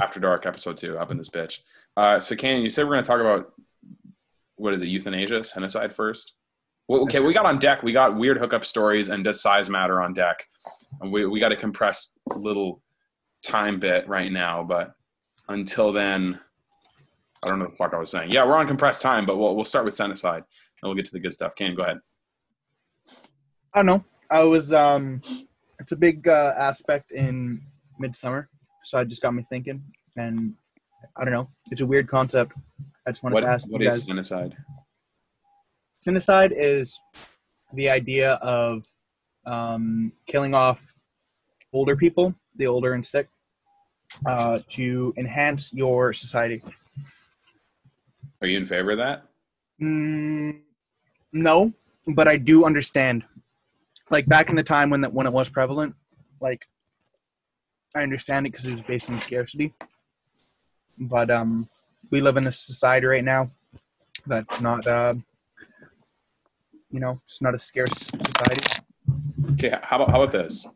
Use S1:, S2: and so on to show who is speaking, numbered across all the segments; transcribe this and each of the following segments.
S1: After Dark, episode two, up in this bitch. Uh, so, Canyon, you said we're going to talk about what is it, euthanasia, genocide first? Well, okay, we got on deck. We got weird hookup stories and does size matter on deck? And we we got a compressed little time bit right now, but until then, I don't know what the fuck I was saying. Yeah, we're on compressed time, but we'll we'll start with genocide and we'll get to the good stuff. Canyon, go ahead.
S2: I don't know. I was um, it's a big uh, aspect in Midsummer, so it just got me thinking, and I don't know. It's a weird concept. I just wanted
S1: What
S2: to ask
S1: what
S2: you
S1: is
S2: guys.
S1: genocide?
S2: Genocide is the idea of um, killing off older people, the older and sick, uh, to enhance your society.
S1: Are you in favor of that?
S2: Mm, no, but I do understand. Like back in the time when that when it was prevalent, like I understand it because it was based on scarcity. But um, we live in a society right now that's not uh, you know, it's not a scarce society.
S1: Okay, h- how about how about this?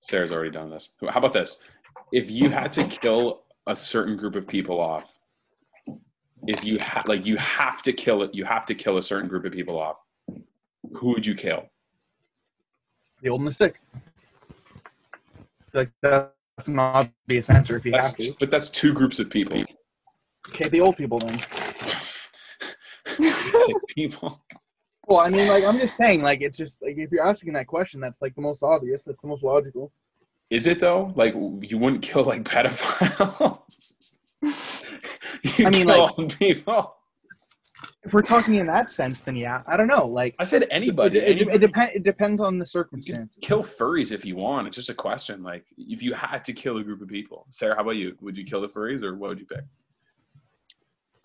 S1: Sarah's already done this. How about this? If you had to kill a certain group of people off, if you ha- like, you have to kill it. You have to kill a certain group of people off. Who would you kill?
S2: The old and the sick. Like that's an obvious answer if you
S1: That's,
S2: have to.
S1: but that's two groups of people.
S2: Okay, the old people then.
S1: people.
S2: Well, I mean, like I'm just saying, like it's just like if you're asking that question, that's like the most obvious. That's the most logical.
S1: Is it though? Like you wouldn't kill like pedophiles. you
S2: I mean,
S1: kill
S2: like-
S1: old people.
S2: If we're talking in that sense, then yeah, I don't know. Like
S1: I said anybody.
S2: it, it,
S1: anybody.
S2: it, depend, it depends on
S1: You
S2: the
S1: could
S2: circumstances.
S1: kill furries if you want. It's just a question. Like, if you had to kill a group of people, Sarah, how about you? Would you kill the furries or what would you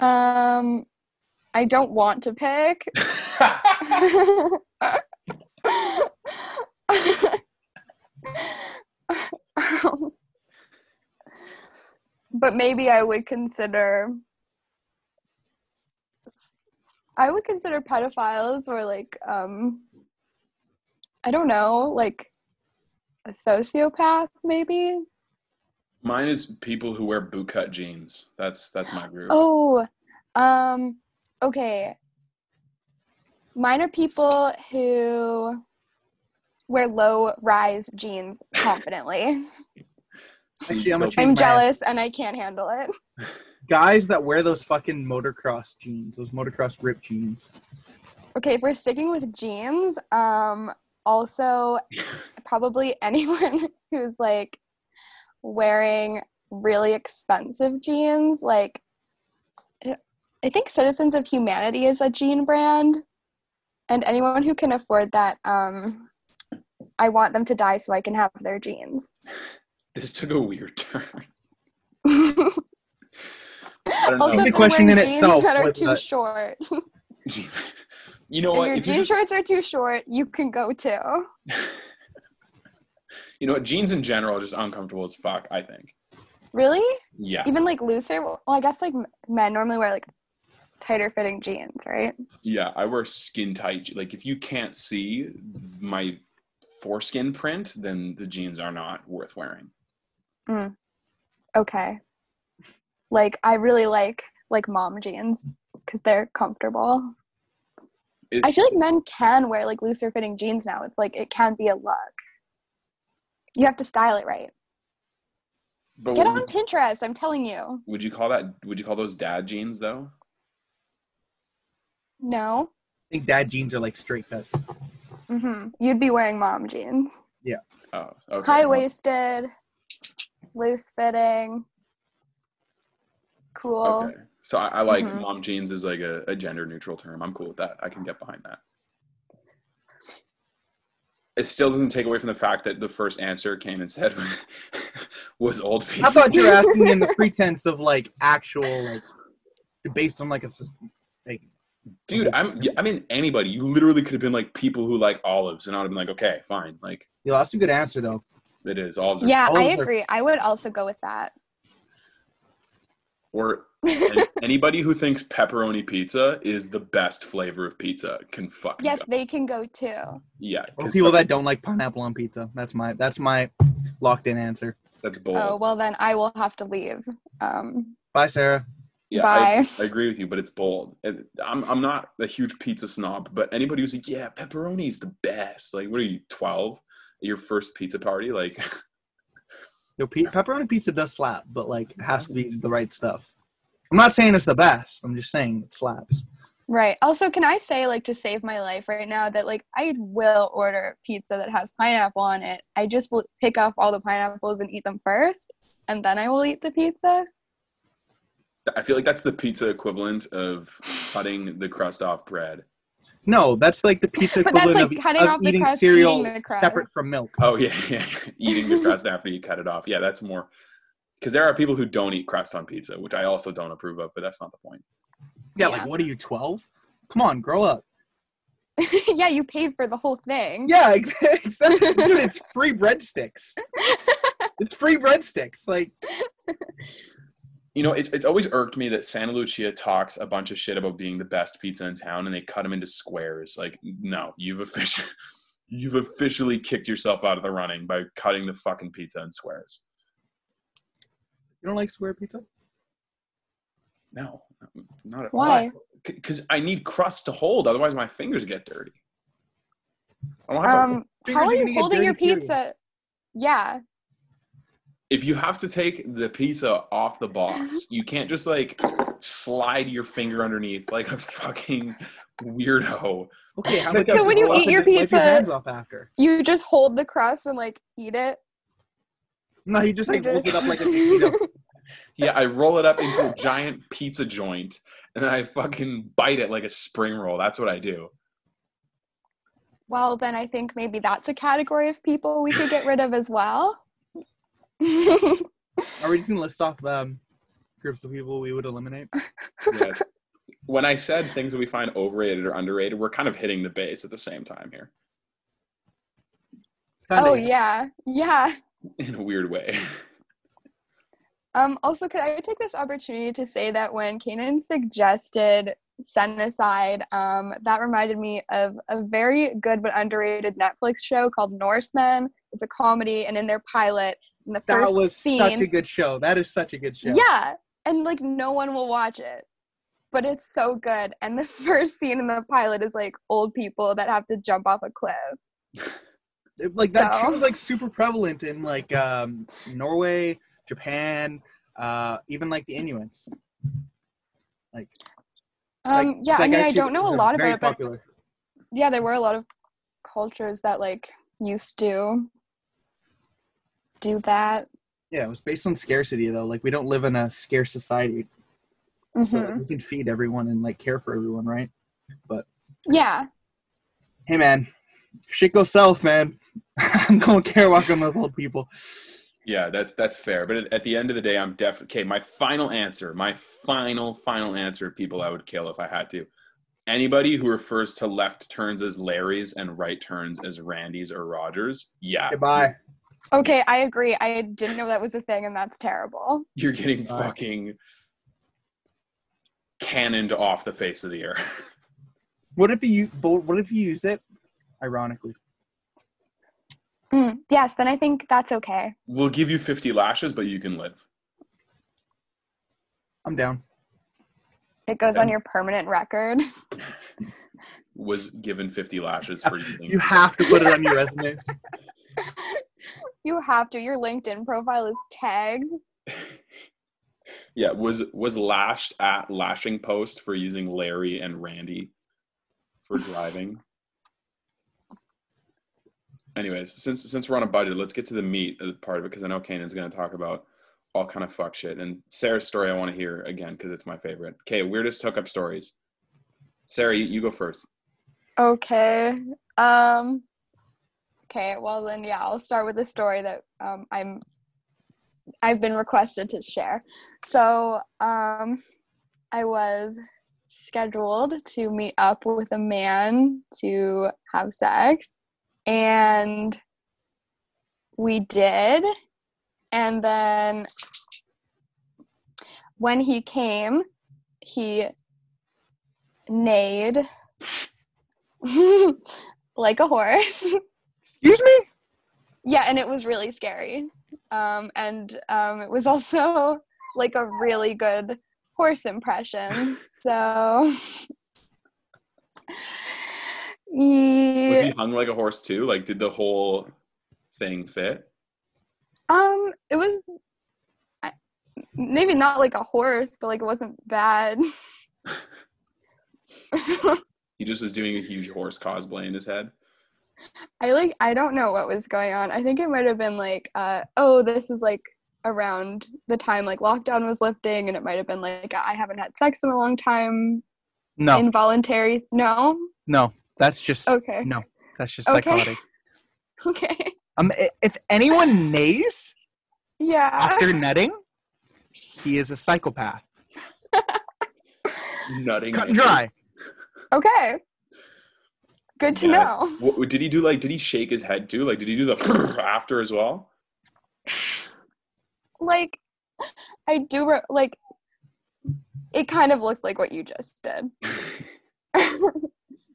S3: Um, I don't want to pick.
S1: pick?
S3: Um, but maybe I would consider. I would consider pedophiles or like um. I don't know, like a sociopath, maybe.
S1: Mine is people who wear boot cut jeans. That's that's my group.
S3: Oh, um, okay. Mine are people who wear low rise jeans confidently.
S2: Actually, I'm gonna change
S3: I'm
S2: my
S3: jealous and I can't handle it.
S2: answer. Guys that wear those fucking motocross jeans, those motocross rip jeans.
S3: Okay, if we're sticking with jeans, um, also probably anyone who's like wearing really expensive jeans, like I- I think Citizens of Humanity is a jean brand, and anyone who can afford that, um, I want them to die so I can have their jeans.
S1: This took a weird turn.
S3: also,
S1: I don't
S2: The
S3: if
S1: know.
S3: they're
S2: question
S3: wearing
S2: in
S3: jeans
S2: itself
S3: that are
S2: was
S3: too
S2: that-
S3: short, if
S1: you know what?
S3: your
S1: If you-
S3: jean shorts are too short, you can go too.
S1: you know what? Jeans in general are just uncomfortable as fuck. I think.
S3: Really?
S1: Yeah.
S3: even like looser well i guess like m- men normally wear like tighter fitting jeans right
S1: Yeah, I wear skin tight. je- Like if you can't see my foreskin print, then the jeans are not worth wearing.
S3: okay like i really like like mom jeans because they're comfortable
S1: It-
S3: i feel like men can wear like looser fitting jeans now it's like it can be a look you have to style it right
S1: but
S3: get
S1: what
S3: on
S1: would-
S3: pinterest i'm telling you
S1: Would you call that? Would you call those dad jeans though?
S3: no
S2: I think dad jeans are like straight cuts.
S3: hmm you'd be wearing mom jeans
S1: Oh, okay.
S3: high-waisted loose fitting cool
S1: Okay. So I, I like
S3: Mhm.
S1: mom jeans is like a, a gender neutral term. I'm cool with that. I can get behind that. It still doesn't take away from the fact that the first answer came and said was old people.
S2: I thought you were asking in the pretense of like actual, like based on like a. s- Like,
S1: Dude, I'm yeah, I mean anybody. You literally could have been like people who like olives, and I'd have been like, okay, fine. Like
S2: yo, that's a good answer though.
S1: it is olives.
S3: Yeah, I
S2: Olives are-
S3: agree. I would also go with that.
S1: Or an- anybody who thinks pepperoni pizza is the best flavor of pizza can fucking
S3: yes,
S1: go.
S3: they can go too.
S1: Yeah.
S2: Or
S1: 'cause
S2: people that don't like pineapple on pizza. That's my that's my locked in answer.
S1: That's bold.
S3: Oh, well, then I will have to leave. Um,
S2: Bye, Sarah.
S1: yeah, I,
S3: bye.
S1: I agree with you, but it's bold. And I'm I'm not a huge pizza snob, but anybody who's like, yeah, pepperoni's the best. Like, what are you, 12? Your first pizza party? Like,
S2: Yo, pe- pepperoni pizza does slap, but like it has to be the right stuff. I'm not saying it's the best. I'm just saying it slaps.
S3: Right. Also, can I say, like, to save my life right now, that, like, I will order pizza that has pineapple on it. I just will pick off all the pineapples and eat them first, and then I will eat the pizza.
S1: I feel like that's the pizza equivalent of cutting the crust off bread.
S2: No, that's like the pizza
S3: But that's,
S2: equivalent
S3: like,
S2: of, e-,
S3: cutting
S2: of
S3: off the
S2: eating
S3: crust,
S2: cereal
S3: eating the crust.
S2: separate from milk.
S1: Oh yeah, yeah. eating the crust after you cut it off. Yeah, that's more because there are people who don't eat crust on pizza, which I also don't approve of. But that's not the point.
S2: Yeah,
S3: Yeah.
S2: like what are you, 12? Come on, grow up.
S3: yeah, you paid for the whole thing.
S2: Yeah, exactly. Dude, it's free breadsticks. It's free breadsticks. Like,
S1: You know, it's it's always irked me that Santa Lucia talks a bunch of shit about being the best pizza in town, and they cut them into squares. Like, no, you've officially you've officially kicked yourself out of the running by cutting the fucking pizza in squares.
S2: you don't like square pizza?
S1: No, not at all.
S3: Why?
S1: Because I need crust to hold, otherwise my fingers get dirty. I don't have a-
S3: Um,
S2: Fingers
S3: how are
S2: gonna
S3: you
S2: get
S3: holding
S2: dirty,
S3: your
S2: period.
S3: pizza? Yeah.
S1: if you have to take the pizza off the
S3: Mm-hmm.
S1: box, you can't just like slide your finger underneath like a fucking weirdo.
S2: Okay, how
S1: So
S2: about you
S3: when you
S2: grow up
S3: eat
S2: and
S3: your
S2: then wipe
S3: pizza-
S2: hands off after.
S3: You just hold the crust and, like, eat it.
S2: No, you just like
S3: You
S2: rolls it
S3: just-
S2: up like a potato.
S1: Yeah, I roll it up into a giant pizza joint and then I fucking bite it like a spring roll. That's what I do.
S3: Well, then I think maybe that's a category of people we could get rid of as well. okay,
S2: Are we just gonna list off um, groups of people we would eliminate?
S3: Oh,
S1: Yeah. when I said things that we find overrated or underrated, we're kind of hitting the base at the same time here
S3: oh yeah, yeah.
S1: in a weird way.
S3: Um, also, could I take this opportunity to say that when Kanan suggested Send Aside, um, that reminded me of a very good but underrated Netflix show called Norsemen. It's a comedy, and in their pilot, in the
S2: That
S3: first
S2: was
S3: scene,
S2: such a good show. That is such a good show.
S3: yeah. and like no one will watch it, but it's so good. And the first scene in the pilot is like old people that have to jump off a cliff.
S2: It- like that
S3: So-
S2: show is like super prevalent in like um, Norway, Japan, uh, even like the Inuits. It's like-
S3: Um, yeah,
S2: it's,
S3: I
S2: like,
S3: mean, I
S2: actually
S3: don't know a
S2: was
S3: lot
S2: very
S3: about it, but
S2: popular.
S3: yeah, there were a lot of cultures that like used to do that.
S2: Yeah, it was based on scarcity though. Like we don't live in a scarce society, so
S3: Mhm.
S2: we can feed everyone and like care for everyone, right?
S3: Yeah,
S2: Hey man, shit goes south, man. I'm gonna care about them with old people.
S1: Yeah, that's that's fair. But at- at the end of the day, I'm definitely okay. My final answer, my final final answer, of people I would kill if I had to. Anybody who refers to left turns as Larry's and right turns as Randy's or Rogers, yeah,
S2: Goodbye.
S3: okay, I agree. I didn't know that was a thing, and that's terrible.
S1: you're getting
S2: Bye.
S1: fucking cannoned off the face of the earth.
S2: What if you but what if you use it ironically?
S3: Mm, yes, then I think that's okay.
S1: We'll give you 50 lashes, but you can live.
S2: I'm down.
S3: It goes on
S1: Yeah.
S3: your permanent record.
S1: Was given 50 lashes for using.
S2: You have to put it on your resume.
S3: You have to. Your LinkedIn profile is tagged.
S1: yeah, was was lashed at lashing post for using Larry and Randy for driving. Anyways, since since we're on a budget, let's get to the meat of the part of it because I know Kanan's going to talk about all kind of fuck shit. And Sarah's story I want to hear again because it's my favorite. Okay, weirdest hookup stories. Sarah, you, you go first.
S3: Okay. Um Okay, well then yeah, I'll start with a story that um I'm I've been requested to share. So, um I was scheduled to meet up with a man to have sex and we did and then when he came, he neighed like a horse.
S2: Excuse me?
S3: yeah, and it was really scary. Um, and um, it was also like a really good horse impression. So.
S1: Was
S3: Yeah,
S1: he hung like a horse too? Like, did the whole thing fit?
S3: um, it was I- maybe not like a horse, but like it wasn't bad.
S1: He just was doing a huge horse cosplay in his head.
S3: I like I don't know what was going on. I think it might have been like uh oh this is like around the time like lockdown was lifting and it might have been like I haven't had sex in a long time
S2: No,
S3: involuntary no
S2: no, that's just
S3: okay
S2: no, that's just
S3: Okay.
S2: psychotic.
S3: okay
S2: Um, i- if anyone neighs
S3: yeah
S2: after netting, he is a psychopath.
S1: Nutting.
S2: Cut and dry.
S3: okay good to
S1: Yeah.
S3: know
S1: What, did he do like, did he shake his head too? Like, did he do the after as well?
S3: like I do re- like it kind of looked like what you just did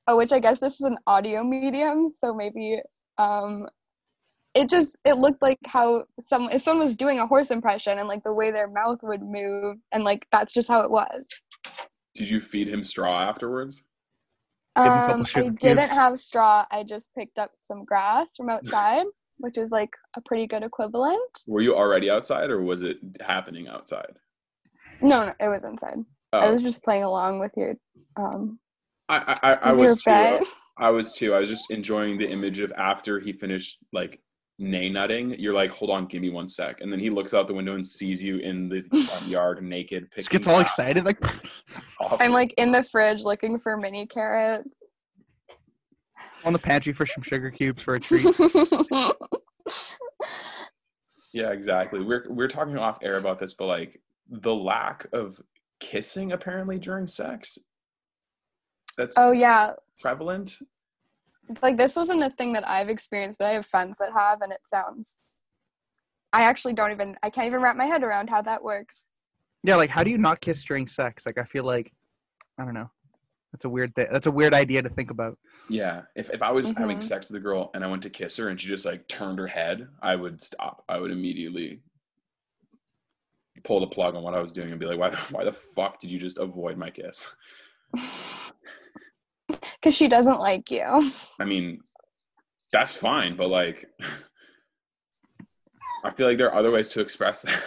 S3: oh, which I guess this is an audio medium, so maybe um, it just it looked like how some if someone was doing a horse impression and like the way their mouth would move and like that's just how it was.
S1: Did you feed him straw afterwards?
S2: Give 'em a couple
S3: Um, I
S2: sugar
S3: didn't
S2: cubes.
S3: have straw. I just picked up some grass from outside, which is like a pretty good equivalent.
S1: Were you already outside or was it happening outside?
S3: No, no, it was inside. I
S1: Oh,
S3: was just playing along with your um
S1: I, I, I, I
S3: your
S1: was too.
S3: bet.
S1: I was too. I was just enjoying the image of after he finished like nay nutting, you're like, hold on, give me one sec. And then he looks out the window and sees you in the front yard naked.
S2: Just
S1: Picking
S2: gets all
S1: grass
S2: excited. Like,
S1: off.
S3: I'm like in the fridge looking for mini carrots.
S2: on the pantry for some sugar cubes for a treat.
S1: Yeah, exactly. We're we're talking off air about this, but like the lack of kissing apparently during sex that's
S3: oh yeah,
S1: prevalent.
S3: like this isn't a thing that I've experienced, but I have friends that have, and it sounds. I actually don't even. I can't even wrap my head around how that works.
S2: yeah, like how do you not kiss during sex? Like I feel like I don't know. That's a weird thing. That's a weird idea to think about.
S1: Yeah, if if I was having
S3: Mhm.
S1: sex with a girl and I went to kiss her and she just like turned her head, I would stop. I would immediately pull the plug on what I was doing and be like, "Why the why the fuck did you just avoid my kiss?"
S3: Because she doesn't like you.
S1: I mean, that's fine, but like, I feel like there are other ways to express that.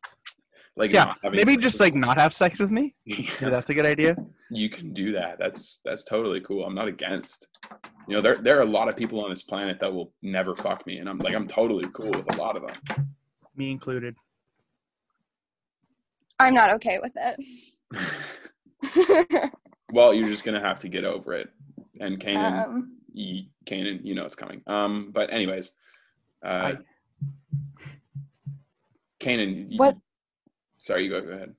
S1: like,
S2: yeah,
S1: not having
S2: maybe
S1: sex
S2: just
S1: with-
S2: like not have sex with me.
S1: Yeah,
S2: Maybe that's a good idea.
S1: you can do that. That's that's totally cool. I'm not against. You know, there there are a lot of people on this planet that will never fuck me, and I'm like, I'm totally cool with a lot of them.
S2: Me included.
S3: I'm not okay with it.
S1: well, you're just gonna have to get over it. And Kanan,
S3: um,
S1: you, Kanan, you know it's coming. Um, but anyways, uh,
S2: I-
S1: Kanan, you-
S3: What-
S1: Sorry, you go, go ahead.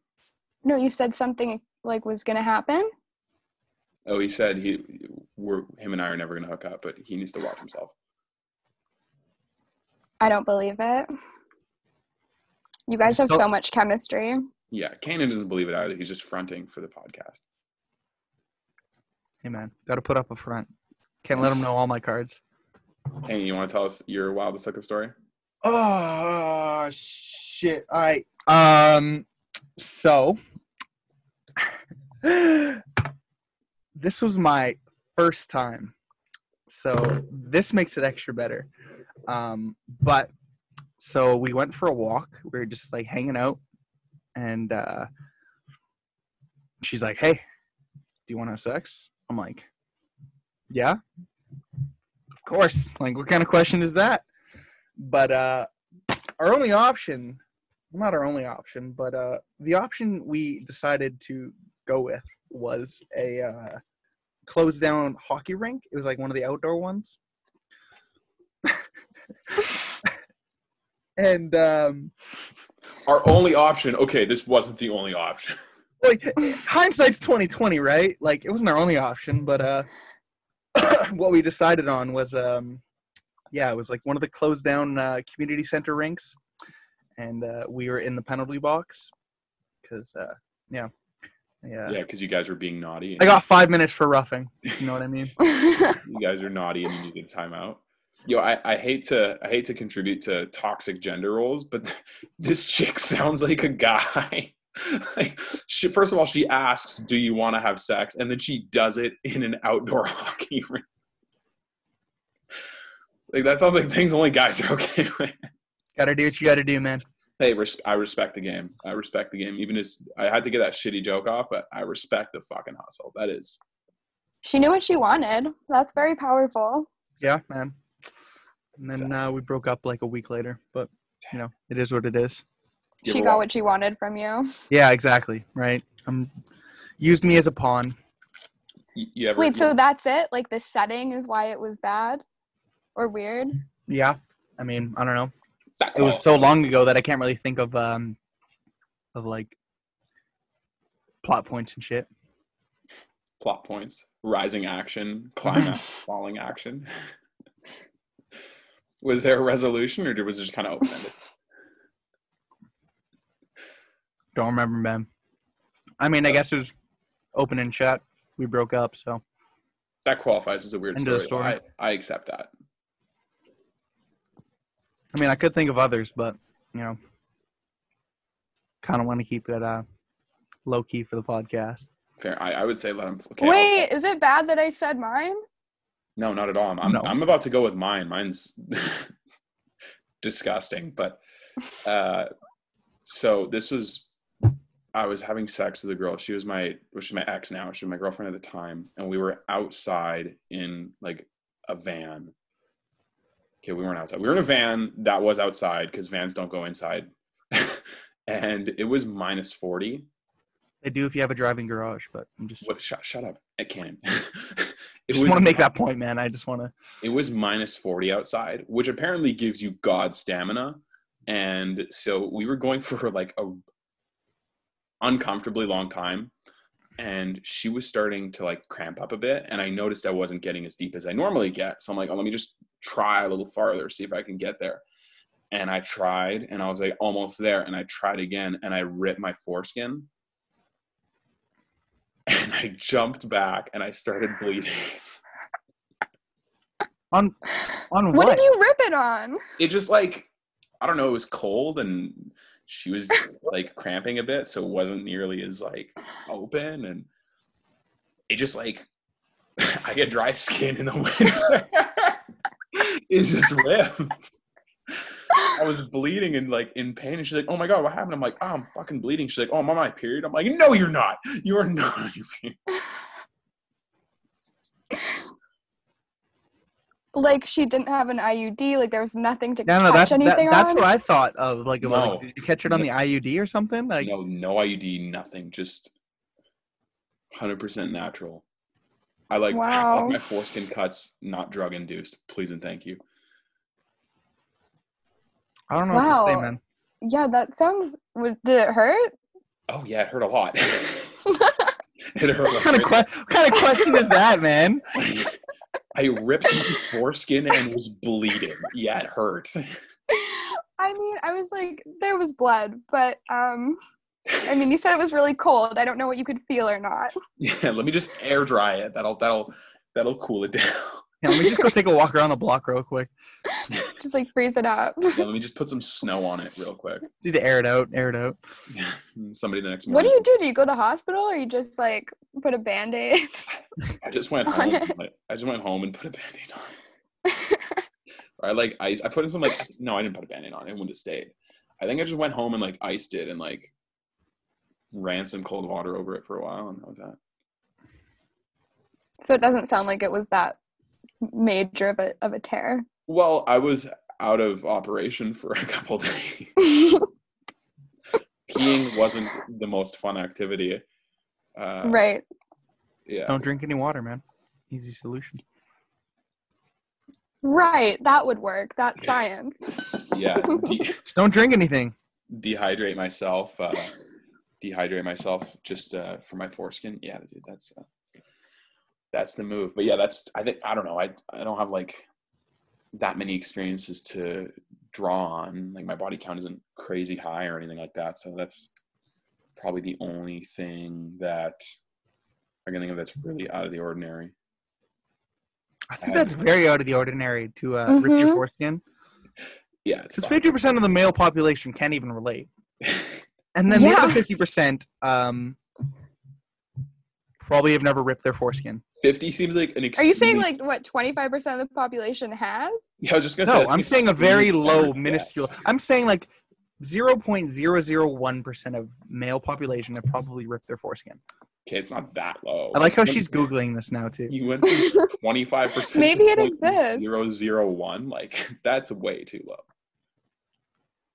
S3: no, you said something like was gonna happen.
S1: Oh, he said he, we're him and I are never gonna hook up, but he needs to watch himself.
S3: I don't believe it. You guys have
S2: So-
S3: so much chemistry.
S1: Yeah, Kanan doesn't believe it either. He's just fronting for the podcast.
S2: Hey man, got to put up a front. Can't let them know all my cards.
S1: Kanan, you want to tell us your wildest hookup story?
S2: Oh shit! All right. Um. So, this was my first time, so this makes it extra better. Um. But so we went for a walk. We were just like hanging out, and uh, she's like, "Hey, do you want to have sex?" I'm like, "Yeah." Of course. Like, what kind of question is that? but uh our only option well, not our only option but uh the option we decided to go with was a uh closed down hockey rink it was like one of the outdoor ones and um
S1: Our only option. Okay, this wasn't the only option.
S2: like hindsight's 2020 right like it wasn't our only option but uh what we decided on was um yeah it was like one of the closed down uh, community center rinks and uh, we were in the penalty box because uh yeah yeah
S1: Yeah, because you guys were being naughty. and
S2: i got five minutes for roughing you know what i mean
S1: you guys are naughty and you need a timeout. Yo, I, I hate to I hate to contribute to toxic gender roles, but this chick sounds like a guy. like, she, first of all, she asks, "Do you want to have sex?" and then she does it in an outdoor hockey rink. Like that sounds like things only guys are okay with.
S2: Gotta do what you gotta do, man.
S1: Hey, res- I respect the game. I respect the game. Even as I had to get that shitty joke off, but I respect the fucking hustle. That is
S3: She knew what she wanted. That's very powerful.
S2: Yeah, man. And then uh, we broke up like a week later, but you know, it is what it is.
S1: You
S3: she
S1: ever
S3: got
S1: wa-
S3: what she wanted from you.
S2: Yeah, exactly. Right. Um, used me as a pawn.
S1: you, you ever
S3: Wait, so that's it? Like the setting is why it was bad or weird?
S2: Yeah. I mean, I don't know.
S1: that
S2: It was so long ago that I can't really think of um, of like plot points and shit.
S1: plot points rising action climax falling action was there a resolution or was it just kind of open-ended
S2: Don't remember, man. I mean, I guess it was open and shut. We broke up, so
S1: that qualifies as a weird
S2: End of
S1: story,
S2: the
S1: I,
S2: story.
S1: I accept that
S2: I mean, I could think of others, but you know, kind of want to keep it uh, low key for the podcast.
S1: fair i, I would say let him okay, I'll-
S3: Wait, is it bad that I said mine?
S1: no not at all i'm, I'm,
S2: No.
S1: I'm about to go with mine mine's disgusting but uh so this was i was having sex with a girl she was my which is my ex now she was my girlfriend at the time and we were outside in like a van okay we weren't outside we were in a van that was outside because vans don't go inside and it was minus 40
S2: They do if you have a driving garage, but I'm just
S1: what shut, shut up i can't it
S2: just want to make that point, man. I just want to.
S1: it was minus 40 outside which apparently gives you god stamina and so we were going for like a uncomfortably long time and she was starting to like cramp up a bit and i noticed i wasn't getting as deep as i normally get so i'm like oh, let me just try a little farther see if i can get there and i tried and i was like almost there and i tried again and i ripped my foreskin and i jumped back and i started bleeding
S2: On on
S3: What?
S2: what?
S3: did you rip it on?
S1: it just like I don't know, it was cold and she was like cramping a bit, so it wasn't nearly as like open and it just like I get dry skin in the winter. it just ripped. I was bleeding and like in pain and she's like, Oh my god, what happened? I'm like, oh, I'm fucking bleeding. She's like, Oh, I'm on my period. I'm like, No, you're not. You are not on your period.
S3: Like she didn't have an IUD, like there was nothing to
S2: no, no, that's
S3: catch
S2: that,
S3: anything
S2: that's
S3: on.
S2: what I thought of. Like, about,
S1: No.
S2: like, did you catch it on the IUD or something? Like,
S1: no, no IUD, nothing. Just 100% natural. I like, I
S3: Wow.
S1: like my foreskin cuts, not drug induced. Please and thank you.
S2: I don't know what to say,
S3: Wow.
S2: man.
S3: yeah, that sounds w- did it hurt?
S1: Oh, yeah, it hurt a lot. it hurt
S2: What kind of
S1: a lot.
S2: que- what kind of question is that, man?
S1: I ripped my foreskin and was bleeding. Yeah, it hurt.
S3: I mean, I was like there was blood, but um I mean, you said it was really cold. I don't know what you could feel or not.
S1: Yeah, let me just air dry it. That'll, that'll, that'll cool it down.
S2: Yeah, let me just go take a walk around the block real quick.
S3: Just like freeze it up.
S1: Yeah, let me just put some snow on it real quick.
S2: Just need to air it out, air it out.
S1: Somebody the next morning.
S3: What do you do? Do you go to the hospital or you just like put a band aid?
S1: I just went
S3: on
S1: home. and, like, I just went home and put a band-aid on. Or I like ice. I put in some like no, I didn't put a band-aid on. It wouldn't have stayed. I think I just went home and like iced it and like ran some cold water over it for a while, and that was that.
S3: so it doesn't sound like it was that major of a, of a tear.
S1: Well, I was out of operation for a couple days.
S2: Uh,
S1: Peeing wasn't the most fun activity. Uh,
S3: right.
S2: Just
S1: Yeah.
S2: don't drink any water, man. Easy solution.
S3: Right. That would work. That's science.
S1: Yeah. De-
S2: Just don't drink anything.
S1: dehydrate myself. Uh, dehydrate myself just uh, for my foreskin. Yeah, dude, that's uh, that's the move. But yeah, that's I think I don't know. I I don't have like that many experiences to draw on. Like my body count isn't crazy high or anything like that. So that's probably the only thing that I can think of that's really out of the ordinary.
S2: I think that's very out of the ordinary to uh, rip your
S3: Mhm.
S2: foreskin.
S1: Yeah, it's
S2: Because
S1: fine.
S2: fifty percent of the male population can't even relate, and then
S3: Yeah.
S2: the other fifty percent um, probably have never ripped their foreskin.
S1: Fifty seems like an.
S3: Are you saying
S1: extremely-
S3: like what 25% of the population has?
S1: Yeah, I was just gonna say.
S2: No, I'm saying a very low,
S1: Yeah.
S2: minuscule. I'm saying like zero point zero zero one percent of male population have probably ripped their foreskin.
S1: Okay, it's not that low.
S2: I like how she's googling this now too.
S1: You went
S3: uh,
S1: from twenty five percent.
S3: Maybe it exists.
S1: Zero zero one. Like that's way too low.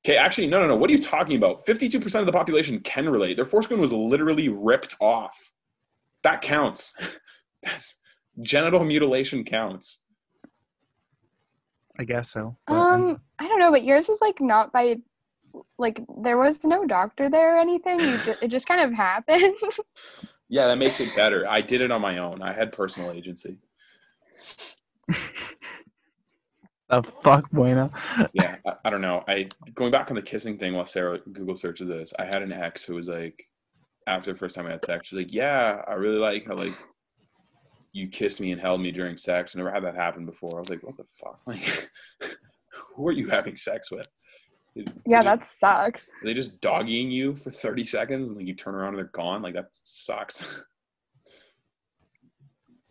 S1: Okay, actually, no, no, no. What are you talking about? Fifty two percent of the population can relate. Their foreskin was literally ripped off. That counts. That's genital mutilation counts.
S2: I guess so. but,
S3: Um, I don't know, but yours is like not by like there was no doctor there or anything. You ju- it just kind of happened.
S1: Yeah, that makes it better. I did it on my own. I had personal agency.
S2: the fuck, bueno.
S1: yeah, I, I don't know. I going back on the kissing thing while Sarah Google searches this. I had an ex who was like, after the first time I had sex, she's like, "Yeah, I really like how like you kissed me and held me during sex. I never had that happen before." I was like, "What the fuck? Like, who are you having sex with?" Is-
S3: yeah,
S1: is it-
S3: that sucks.
S1: are they just doggying you for thirty seconds and like you turn around and they're gone. Like that sucks.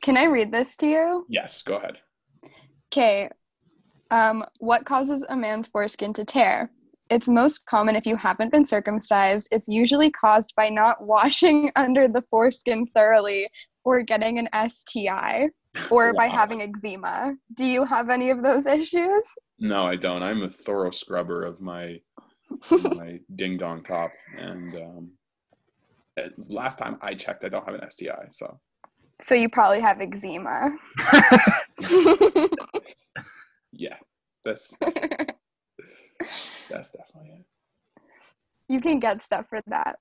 S3: Can I read this to you?
S1: yes, go ahead.
S3: Okay. Um, what causes a man's foreskin to tear? It's most common if you haven't been circumcised. It's usually caused by not washing under the foreskin thoroughly or getting an STI or by
S1: Wow.
S3: having eczema. Do you have any of those issues?
S1: No, I don't. I'm a thorough scrubber of my my ding dong top, and um, uh, last time I checked, I don't have an STI. So
S3: So you probably have eczema.
S1: yeah, that's that's definitely it.
S3: you can get stuff for that.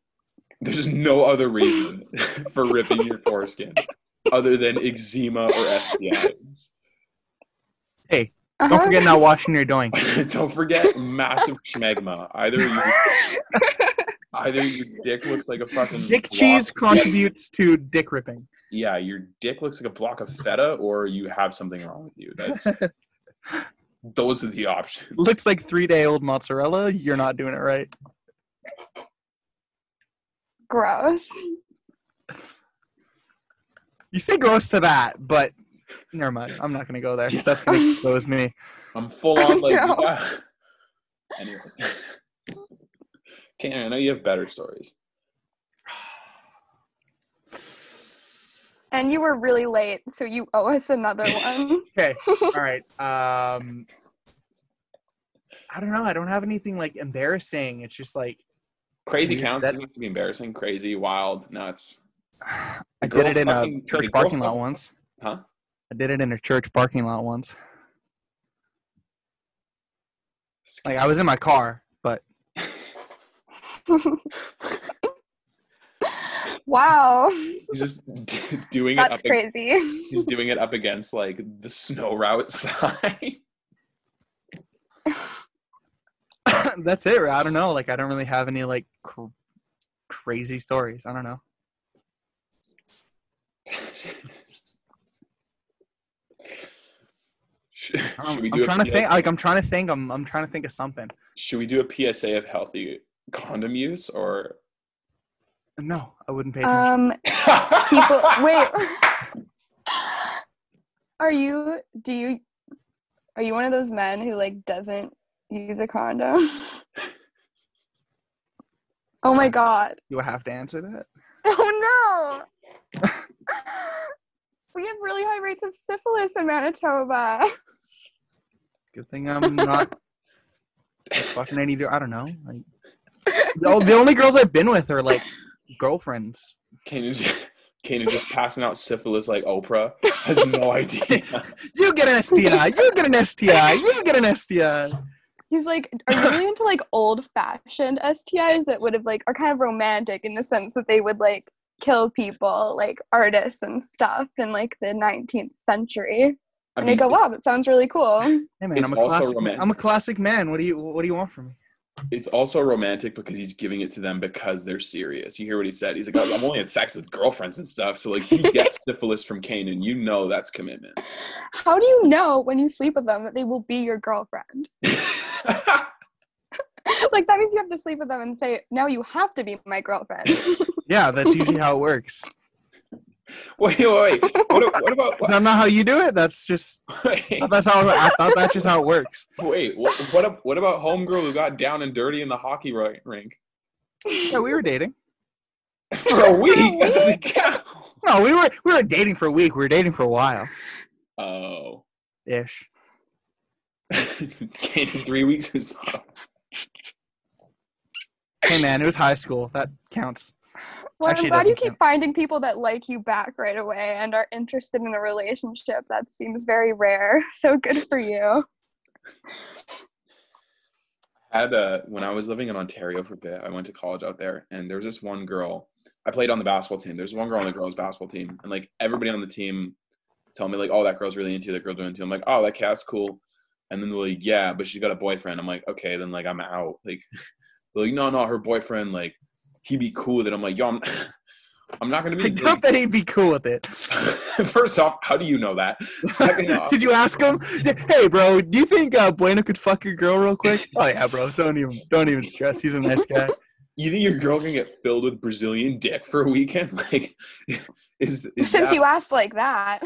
S1: There's no other reason for ripping your foreskin other than eczema or STIs.
S2: Hey,
S3: Uh-huh.
S2: don't forget not washing your doing.
S1: don't forget massive schmegma. Either you, either your dick looks like a fucking
S2: Dick
S1: block-
S2: cheese contributes to dick ripping.
S1: Yeah, your dick looks like a block of feta, or you have something wrong with you. That's those are the options.
S2: Looks like three day old mozzarella. You're not doing it right.
S3: Gross.
S2: You say gross to that, but never mind. I'm not gonna go there. 'cause That's gonna expose me.
S1: I'm full on like.
S3: No.
S1: yeah. Anyway, Karen, I know you have better stories.
S3: And you were really late, so you owe us another one.
S2: Okay. All right. Um, I don't know. I don't have anything like embarrassing. It's just like
S1: Crazy
S2: Weird.
S1: counts
S2: That-
S1: doesn't have to be embarrassing. Crazy, wild, nuts.
S2: I
S1: The
S2: did
S1: girl
S2: it in a
S1: fucking- the
S2: church
S1: girl
S2: parking lot
S1: fucking-
S2: once.
S1: Huh?
S2: I did it in a church parking lot once. Like I was in my car, but
S3: wow.
S1: He's just d- doing it. Up
S3: That's
S1: ag-
S3: crazy.
S1: he's doing it up against like the snow route sign.
S2: that's it. I don't know. Like I don't really have any like cr- crazy stories. I don't know.
S1: should,
S2: I'm,
S1: should we
S2: Um, I'm
S1: do a
S2: trying to
S1: PSA?
S2: think. Like I'm trying to think. I'm I'm trying to think of something.
S1: Should we do a PSA of healthy condom use or
S2: No, I wouldn't pay attention.
S3: um, people, wait. Are you? Do you? Are you one of those men who like doesn't use a condom? Oh my god.
S2: Do I have to answer that?
S3: Oh no! we have really high rates of syphilis in Manitoba.
S2: Good thing I'm not fucking any. I don't know. Like the, o- the only girls I've been with are like girlfriends.
S1: Kanan just, Kanan just passing out syphilis like Oprah has no idea.
S2: You get an STI. You get an STI. You get an STI.
S3: He's like, are you really into like old fashioned STIs that would have like are kind of romantic in the sense that they would like kill people, like artists and stuff in like the 19th century?
S1: I mean,
S3: and they go, wow, that sounds really cool.
S2: Hey man,
S1: It's
S2: I'm a
S1: also
S2: classic.
S1: romantic.
S2: I'm a classic man. What do you What do you want from me?
S1: it's also romantic because he's giving it to them because they're serious. You hear what he said? He's like, "Oh, I've only had sex with girlfriends and stuff. So like, you get syphilis from Kane, and you know that's commitment.
S3: How do you know when you sleep with them that they will be your girlfriend? like that means you have to sleep with them and say, "No, you have to be my girlfriend."
S2: Yeah, that's usually how it works.
S1: wait, wait, wait. What, a- what about?
S2: That's not how you do it. That's just
S1: wait,
S2: that's how I thought that's just how it works.
S1: wait. What, what, ab- what about homegirl who got down and dirty in the hockey ri- rink
S2: Yeah, we were dating.
S1: for a week? That
S3: week?
S1: doesn't count.
S2: No, we were we were dating for a week. We were dating for a while
S1: Oh,
S2: ish.
S1: Kane in three weeks is not.
S2: Hey man, it was high school. That counts.
S3: Well,
S2: Actually, it
S3: I'm glad you
S2: doesn't
S3: keep finding people that like you back right away and are interested in a relationship. That seems very rare. So good for you.
S1: had uh when I was living in Ontario for a bit, I went to college out there, and there was this one girl. I played on the basketball team. There's one girl on the girls' basketball team, and like everybody on the team, tell me like, oh, that girl's really into you, that girl's really into. you." I'm like, oh, that cat's cool. And then they're like, yeah, but she's got a boyfriend. I'm like, okay, then like I'm out. Like, they're like no, no, her boyfriend like he'd be cool with it. I'm like, yo, I'm, I'm not gonna
S2: I
S1: be.
S2: doubt that he'd be cool with it.
S1: First off, how do you know that? Second off,
S2: Did you ask him? D- Hey, bro, do you think uh, Bueno could fuck your girl real quick? Oh yeah, bro. Don't even don't even stress. He's a nice guy.
S1: you think your girl can get filled with Brazilian dick for a weekend? Like, is, is
S3: Since
S1: that-
S3: you asked like that,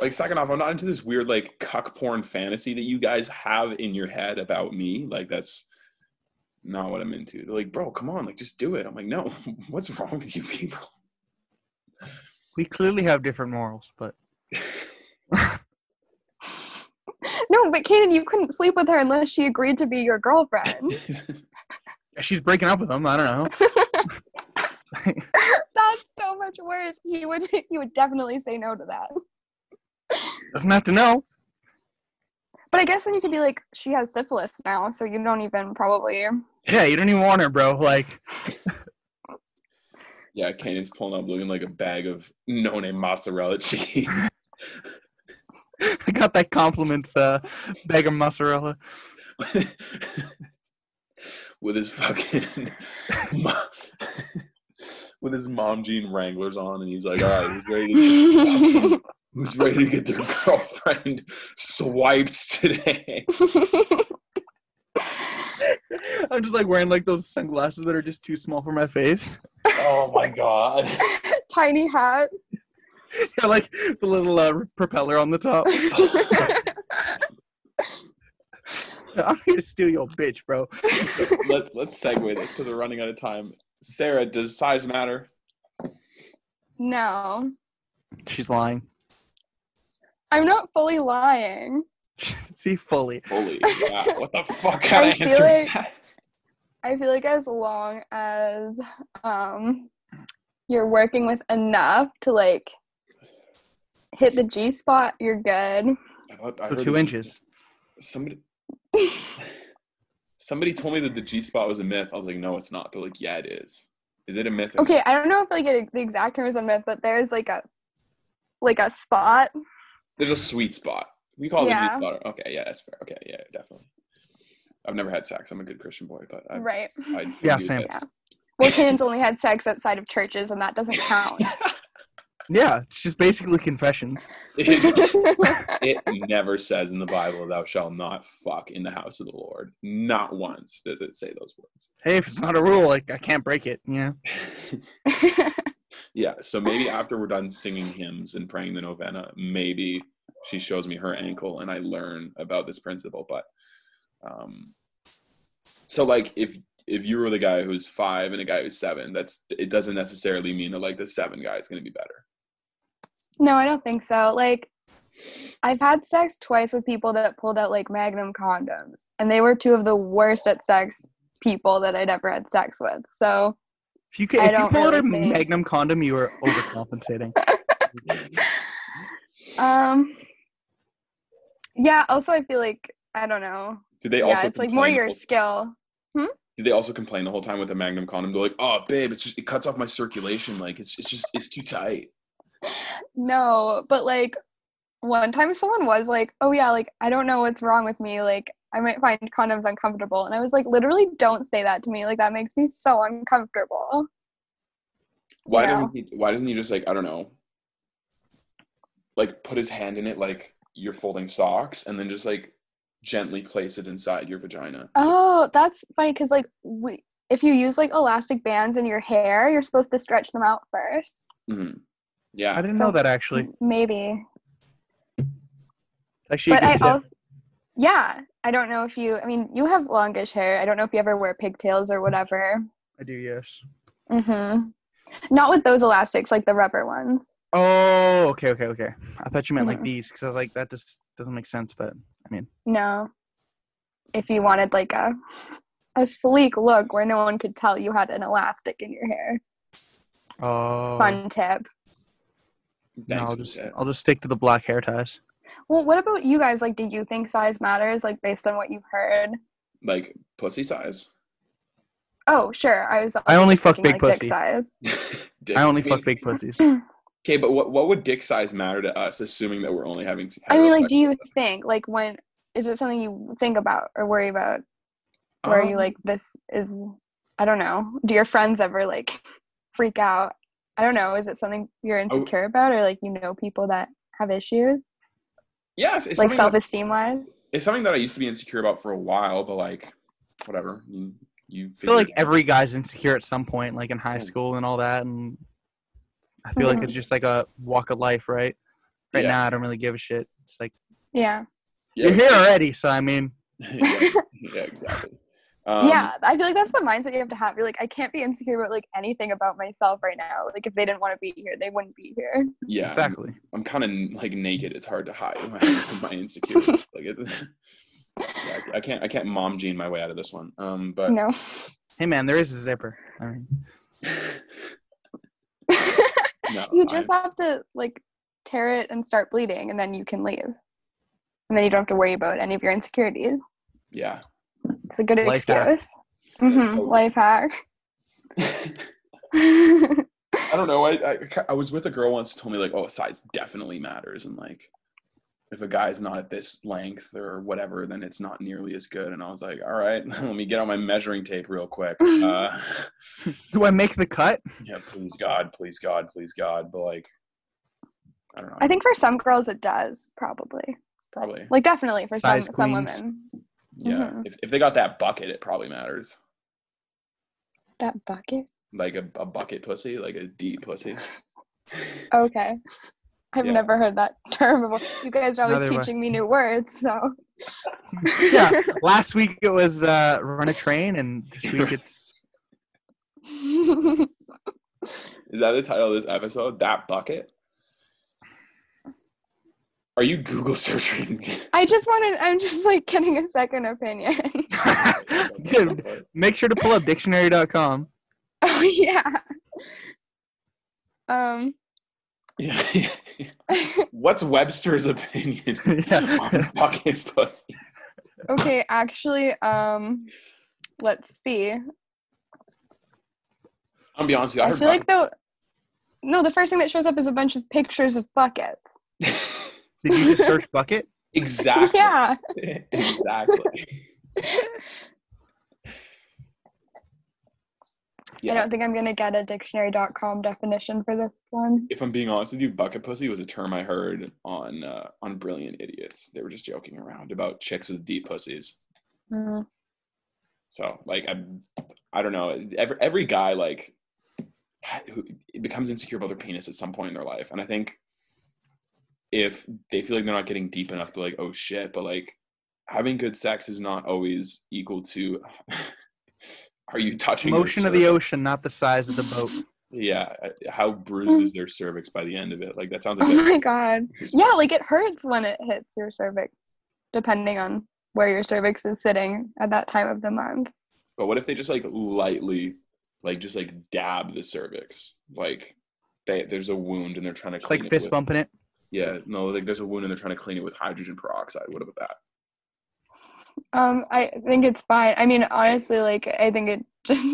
S1: like second off, I'm not into this weird like cuck porn fantasy that you guys have in your head about me. Like that's not what I'm into. They're like, bro, come on, like just do it. I'm like, no, what's wrong with you people?
S2: We clearly have different morals, but
S3: no, but Kaden, you couldn't sleep with her unless she agreed to be your girlfriend.
S2: she's breaking up with him. I don't know.
S3: That's so much worse. He would he would definitely say no to that.
S2: Doesn't have to know.
S3: But I guess then you could be like, she has syphilis now, so you don't even probably.
S2: Yeah, you don't even want her, bro. Like,
S1: yeah, Kanan's pulling up looking like a bag of no name mozzarella cheese.
S2: I got that compliments uh, bag of mozzarella.
S1: with his fucking mo- with his mom jean wranglers on and he's like all right who's ready to get, who's ready to get their girlfriend swiped today
S2: I'm just like wearing like those sunglasses that are just too small for my face.
S1: oh my god
S3: Tiny hat.
S2: yeah, like the little uh, propeller on the top. I'm here to steal your bitch, bro.
S1: Let, let's segue this because we're running out of time sarah does size matter
S3: no,
S2: She's lying.
S3: I'm not fully lying.
S2: See, fully.
S1: holy yeah what the fuck kind
S3: I
S1: of
S3: feel
S1: answer is
S3: like-
S1: that?
S3: I feel like as long as um, you're working with enough to like hit the G spot, you're good.
S1: I thought- I
S2: So
S1: heard
S2: two
S1: this-
S2: inches.
S1: somebody somebody told me that the G spot was a myth. I was like, no, it's not. They're like, yeah, it is. Is it a myth?
S3: Okay, I don't know if like it, the exact term is a myth, but there's like a like a spot.
S1: There's a sweet spot. We call
S3: Yeah.
S1: it the G spot. Okay, yeah, that's fair. Okay, yeah, definitely. I've never had sex. I'm a good Christian boy, but I,
S3: Right.
S1: I do
S2: Yeah,
S1: do
S2: same.
S1: that.
S3: Well, Kenan's only had sex outside of churches, and that doesn't count.
S2: Yeah, it's just basically confessions.
S1: It, it never says in the Bible, "Thou shalt not fuck in the house of the Lord." Not once does it say those words.
S2: Hey, if it's not a rule, like I can't break it. You know.
S1: yeah. So maybe after we're done singing hymns and praying the novena, maybe she shows me her ankle and I learn about this principle. But um, so like if if you were the guy who's five and a guy who's seven, that's it doesn't necessarily mean that like the seven guy is gonna be better.
S3: no, I don't think so. Like, I've had sex twice with people that pulled out like Magnum condoms, and they were two of the worst at sex people that I'd ever had sex with. So
S2: If you, ca-
S3: I
S2: if you
S3: don't
S2: pull out a
S3: really think-
S2: magnum condom, you are overcompensating.
S3: Um. Yeah. Also, I feel like I don't know.
S1: Did they
S3: Yeah,
S1: also
S3: it's like more
S1: complain the
S3: your
S1: whole-
S3: skill.
S1: Did they also complain the whole time with the Magnum condom? They're like, "Oh, babe, it's just it cuts off my circulation. Like it's it's just it's too tight."
S3: No, but like one time someone was like, "Oh yeah, like I don't know what's wrong with me. Like I might find condoms uncomfortable." And I was like, "Literally don't say that to me. Like that makes me so uncomfortable."
S1: Why
S3: You know?
S1: doesn't he? Why doesn't he just like I don't know, like put his hand in it like you're folding socks, and then just like gently place it inside your vagina?
S3: Oh, that's funny cuz like we if you use like elastic bands in your hair, you're supposed to stretch them out first.
S1: Mhm.
S2: I
S1: Yeah,
S2: didn't
S3: So-
S2: know that actually.
S3: Maybe.
S2: Actually, a
S3: but I
S2: good tip.
S3: also Yeah, I don't know if you I mean, you have longish hair. I don't know if you ever wear pigtails or whatever.
S2: I do. Yes.
S3: Mhm. Not with those elastics like the rubber ones.
S2: Oh, okay, okay, okay. I thought you meant like
S3: Mhm.
S2: these because I was like, that just doesn't make sense. But
S3: No. If you wanted like a a sleek look where no one could tell you had an elastic in your hair.
S2: oh,
S3: Fun tip.
S2: no,
S1: Thanks for
S2: I'll just
S1: that.
S2: I'll just stick to the black hair ties.
S3: Well, what about you guys? Like, do you think size matters, like, based on what you've heard?
S1: like pussy size.
S3: Oh, sure. I was.
S2: I only
S3: just
S2: fuck
S3: thinking,
S2: big
S3: like, dick
S2: pussy.
S3: size.
S1: Dick-
S2: I only
S1: mean,
S2: fuck big pussies.
S1: Okay, but what what would dick size matter to us, assuming that we're only having?
S3: I mean, like, do
S1: heterosexual
S3: you think, like, when is it something you think about or worry about?
S1: sex?
S3: Where you
S1: Um,
S3: like, this is, I don't know. Do your friends ever like freak out? I don't know. Is it something you're
S2: Oh.
S3: insecure about, or like you know people that have issues,
S1: Yeah, Uh-huh. it's, it's
S3: like
S1: something
S3: self
S1: that-
S3: esteem wise?
S1: it's something that I used to be insecure about for a while, but like, whatever. You, you
S2: I feel like
S1: figure-
S2: every guy's insecure at some point, like in high
S1: Hmm.
S2: school and all that, and I feel like it's just like a walk of life, right? Right
S1: Yeah.
S2: now, I don't really give a shit. It's like
S3: Yeah.
S1: Yeah,
S2: you're here already, so I mean,
S1: yeah, yeah, exactly. Um,
S3: yeah, I feel like that's the mindset you have to have. You're like, I can't be insecure about like anything about myself right now. Like, if they didn't want to be here, they wouldn't be here.
S1: yeah. I'm-
S2: exactly.
S1: I'm, kind of like naked. It's hard to hide my, my insecurities. like, it, yeah, I can't, I can't mom gene my way out of this one. Um, but
S3: No.
S2: Hey, man, there is a zipper. I mean,
S1: no,
S3: you just have to like tear it and start bleeding, and then you can leave. And then you don't have to worry about any of your insecurities.
S1: yeah.
S3: It's a good
S2: Life hack.
S3: excuse. hmm
S1: totally.
S3: Life hack.
S1: I don't know. I, I I was with a girl once who told me like, oh, size definitely matters, and like, if a guy's not at this length or whatever, then it's not nearly as good. And I was like, all right, let me get on my measuring tape real quick. Uh,
S2: do I make the cut?
S1: yeah, please God, please God, please God. But like, I don't know.
S3: I think for some girls it does probably.
S1: probably.
S3: Like definitely for some
S2: Size
S3: some
S2: queens.
S3: women.
S1: Yeah.
S3: Mhm.
S1: If if they got that bucket, it probably matters.
S3: That bucket.
S1: Like a, a bucket pussy, like a deep pussy.
S3: Okay. I've
S1: Yeah.
S3: never heard that term before. You guys are always
S2: Neither have I.
S3: teaching me new words, so
S2: Yeah. Last week it was uh, run a train, and this week it's
S1: Is that the title of this episode? That bucket. Are you Google searching?
S3: I just wanted I'm just like getting a second opinion.
S2: dude. Make sure to pull up dictionary.com.
S3: oh yeah. Um
S1: Yeah. What's Webster's opinion
S2: yeah.
S1: on bucket pussy?
S3: okay, actually, um let's see.
S1: I'm be honest with you. I,
S3: I
S1: heard
S3: feel like though no, the first thing that shows up is a bunch of pictures of buckets.
S1: bucket-
S2: Did you just search bucket?
S1: exactly.
S3: Yeah.
S1: exactly.
S3: I
S1: Yeah.
S3: don't think I'm gonna get a dictionary.com definition for this one.
S1: If I'm being honest with you, bucket pussy was a term I heard on uh, on Brilliant Idiots. They were just joking around about chicks with deep pussies.
S3: Mm.
S1: So like I, I don't know. Every every guy like who becomes insecure about their penis at some point in their life, and I think if they feel like they're not getting deep enough, they're like, oh shit. But like having good sex is not always equal to. are you touching your
S2: Motion of the
S1: cervix?
S2: ocean, not the size of the boat.
S1: Yeah, I- how bruised is their cervix by the end of it? Like that sounds. A
S3: Oh
S1: bit
S3: my god. Yeah, like it hurts when it hits your cervix, depending on where your cervix is sitting at that time of the month.
S1: But what if they just like lightly, like just like dab the cervix? Like they, there's a wound and they're trying to
S2: It's
S1: clean
S2: like
S1: it
S2: fist
S1: with-
S2: bumping it.
S1: Yeah, no, like there's a wound and they're trying to clean it with hydrogen peroxide. What about that?
S3: Um, I think it's fine. I mean, honestly, like I think it's just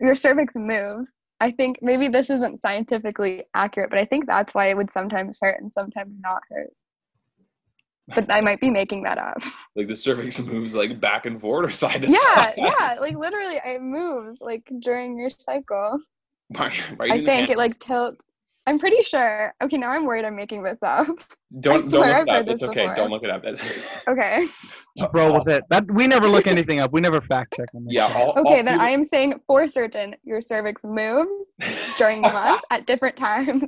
S3: your cervix moves. I think maybe this isn't scientifically accurate, but I think that's why it would sometimes hurt and sometimes not hurt. but I might be making that up.
S1: Like the cervix moves like back and forward or side to
S3: yeah,
S1: side.
S3: yeah. Like literally, it moves like during your cycle.
S1: Right, right
S3: I
S1: in the
S3: think it
S1: hand.
S3: like tilt. I'm pretty sure. Okay, now I'm worried. I'm making this up.
S1: don't don't
S3: swear
S1: look
S3: I've
S1: it up.
S3: heard
S1: It's
S3: this
S1: okay.
S3: before.
S1: Don't look it up. That's-
S3: Okay.
S2: Just roll with it. That we never look anything up. We never fact check on this.
S1: Uh, yeah.
S2: shit.
S1: All, all
S3: Okay, then
S1: through
S3: I am saying for certain your cervix moves
S1: the-
S3: during the month at different times.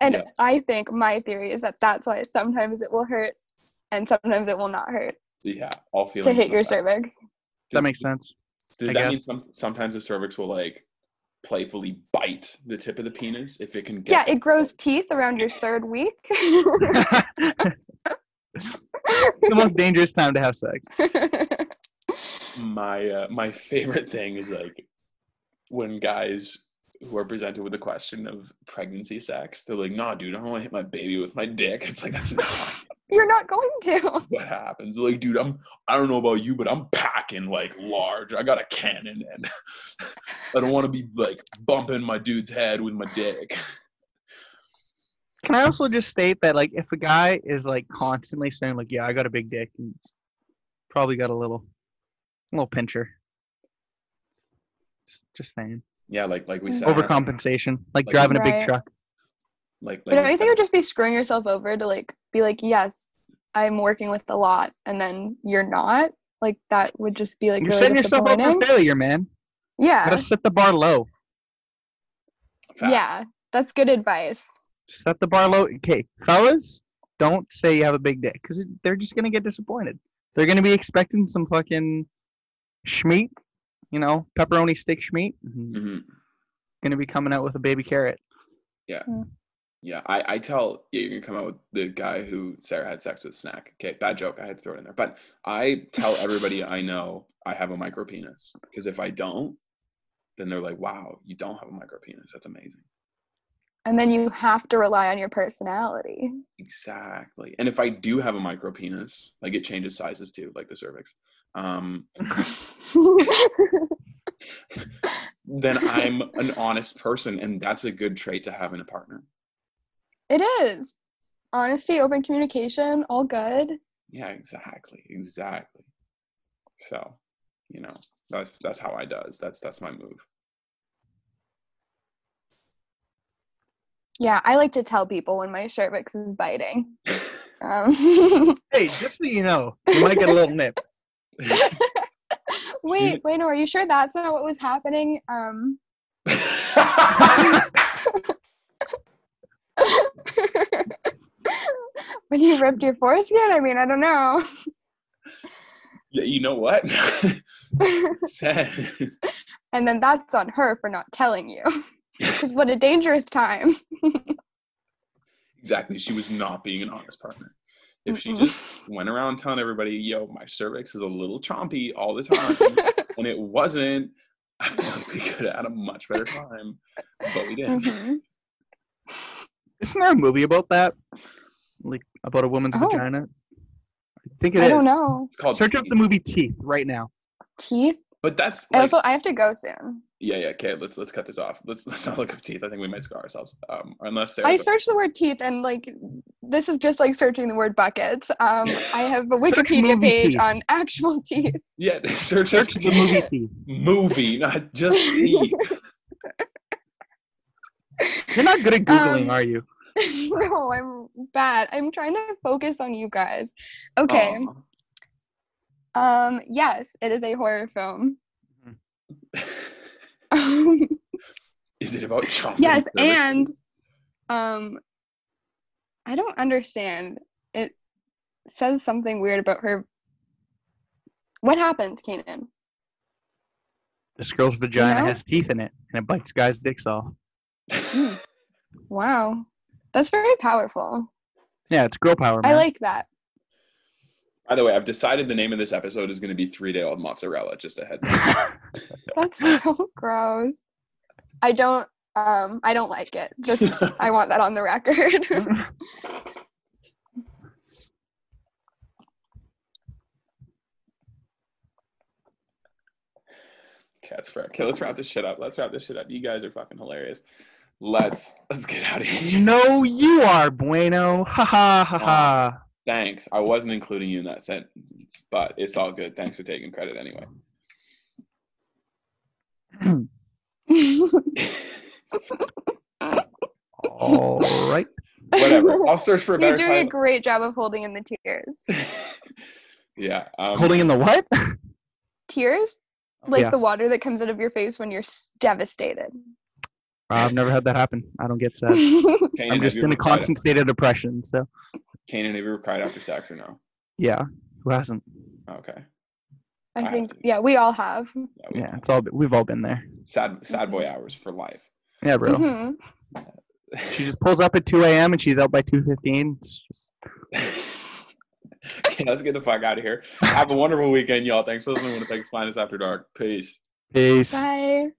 S3: And
S1: Yeah.
S3: I think my theory is that that's why sometimes it will hurt and sometimes it will not hurt
S1: yeah. All feelings.
S3: to hit your
S1: about that.
S3: cervix.
S2: that makes sense.
S1: Does
S2: I
S1: that mean
S2: guess.
S1: some, sometimes the cervix will like playfully bite the tip of the penis if it can get?
S3: Yeah, it grows teeth around your third week.
S2: the most dangerous time to have sex.
S1: My uh, my favorite thing is like when guys who are presented with the question of pregnancy sex, they're like, "Nah, dude, I don't want to hit my baby with my dick." It's like that's not
S3: You're not going to.
S1: what happens. Like, dude, I'm I don't know about you, but I'm packing like large. I got a cannon, and I don't want to be like bumping my dude's head with my dick.
S2: Can I also just state that like if a guy is like constantly saying like yeah I got a big dick, he's probably got a little, little pincher. Just, just saying.
S1: Yeah, like like we
S3: Mm.
S1: said,
S2: Overcompensation,
S1: Uh, Like-
S2: like, driving a big
S3: Right.
S2: truck.
S1: Like,
S3: But
S1: like
S3: don't you think it would just be screwing yourself over to like be like, yes, I'm working with a lot, and then you're not? Like that would just be like
S2: You're
S3: really
S2: setting yourself up
S3: disappointing.
S2: for failure, man.
S3: Yeah,
S2: Gotta set the bar low.
S1: fact.
S3: yeah, that's good advice.
S2: Just set the bar low. Okay, fellas, don't say you have a big dick because they're just gonna get disappointed. They're gonna be expecting some fucking schmeat, you know, pepperoni stick schmeat. and
S1: Mhm.
S2: Gonna be coming out with a baby carrot.
S1: Yeah, I, I tell yeah, you're gonna come out with the guy who Sarah had sex with snack. Okay, bad joke. I had to throw it in there. But I tell everybody I know I have a micro penis. Because if I don't, then they're like, Wow, you don't have a micro penis. That's amazing.
S3: And then you have to rely on your personality.
S1: Exactly. And if I do have a micro penis, like it changes sizes too, like the cervix. Um, then I'm an honest person and that's a good trait to have in a partner.
S3: it is honesty, open communication, all good.
S1: Yeah, exactly. Exactly. So, you know, that's that's how I does. That's that's my move.
S3: Yeah, I like to tell people when my cervix is biting. Um,
S2: Hey, just so you know, you might get a little nip.
S3: wait, wait, no, are you sure that's not what was happening? Um, when you ripped your foreskin? I mean, I don't know.
S1: Yeah, you know what? Sad.
S3: and then that's on her for not telling you. Because what a dangerous time.
S1: exactly. She was not being an honest partner. If she
S3: Mm-mm.
S1: just went around telling everybody, yo, my cervix is a little chompy all the time, and it wasn't, I feel like we could have had a much better time, but we didn't.
S3: Mhm.
S2: Isn't there a movie about that? Like about a woman's
S3: Oh.
S2: vagina? I think it is.
S3: I don't know.
S1: It's called
S2: Search up the movie Teeth right now.
S3: Teeth?
S1: But that's
S3: I
S1: like,
S3: also, I have to go soon.
S1: yeah, yeah. Okay, let's let's cut this off. Let's let's not look up teeth. I think we might scar ourselves. Um, unless
S3: I
S1: Sarah's-
S3: searched the word teeth and like this is just like searching the word buckets. Um, I have a
S2: Search
S3: Wikipedia
S2: movie
S3: page
S2: teeth.
S3: on actual teeth.
S1: yeah, search,
S2: Search the movie Teeth.
S1: movie, not just teeth.
S2: You're not good at googling,
S3: Um,
S2: are you?
S3: no, I'm bad. I'm trying to focus on you guys. Okay.
S1: Aw.
S2: Oh.
S3: Um, yes, it is a horror film.
S1: Is it about chocolate?
S3: yes,
S1: service?
S3: and um, I don't understand. It says something weird about her. What happens, Kanan?
S2: This girl's vagina
S3: know?
S2: has teeth in it, and it bites guys' dicks off.
S3: Hmm. Wow, that's very powerful.
S2: Yeah, it's girl power. Man.
S3: I like that.
S1: By the way, I've decided the name of this episode is going to be three day old mozzarella. Just a heads up.
S3: That's so gross. I don't. Um, I don't like it. Just I want that on the record.
S1: Cats for okay. Let's wrap this shit up. Let's wrap this shit up. You guys are fucking hilarious. Let's let's get out of here.
S2: no, you are bueno. Ha ha ha ha.
S1: Thanks. I wasn't including you in that sentence, but it's all good. Thanks for taking credit anyway.
S3: Oh.
S2: All right.
S1: Whatever. I'll search for a
S3: You're
S1: better
S3: doing a
S1: title.
S3: great job of holding in the tears.
S1: yeah. Um,
S2: Holding in the what?
S3: Tears? Like
S2: Yeah.
S3: the water that comes out of your face when you're s- devastated.
S2: I've never had that happen. I don't get sad.
S3: I
S1: Kanan,
S2: I'm
S1: have
S2: just
S1: you
S2: in a
S1: ever cried-
S2: constant state of depression. So
S1: Kanan, have you ever cried after sex or no?
S2: yeah, who hasn't?
S1: Okay.
S3: think, yeah, we all have.
S1: Yeah. we-
S2: Yeah, Mm-hmm. it's all we've all been there.
S1: Sad, sad boy hours for life.
S2: Yeah, bro.
S3: Mhm.
S2: She just pulls up at 2 a.m. and she's out by 2:15. It's just-
S1: Okay, Let's get the fuck out of here. Have a wonderful weekend, y'all. Thanks for listening to Thanks Planet After Dark. Peace.
S2: Peace.
S3: Bye.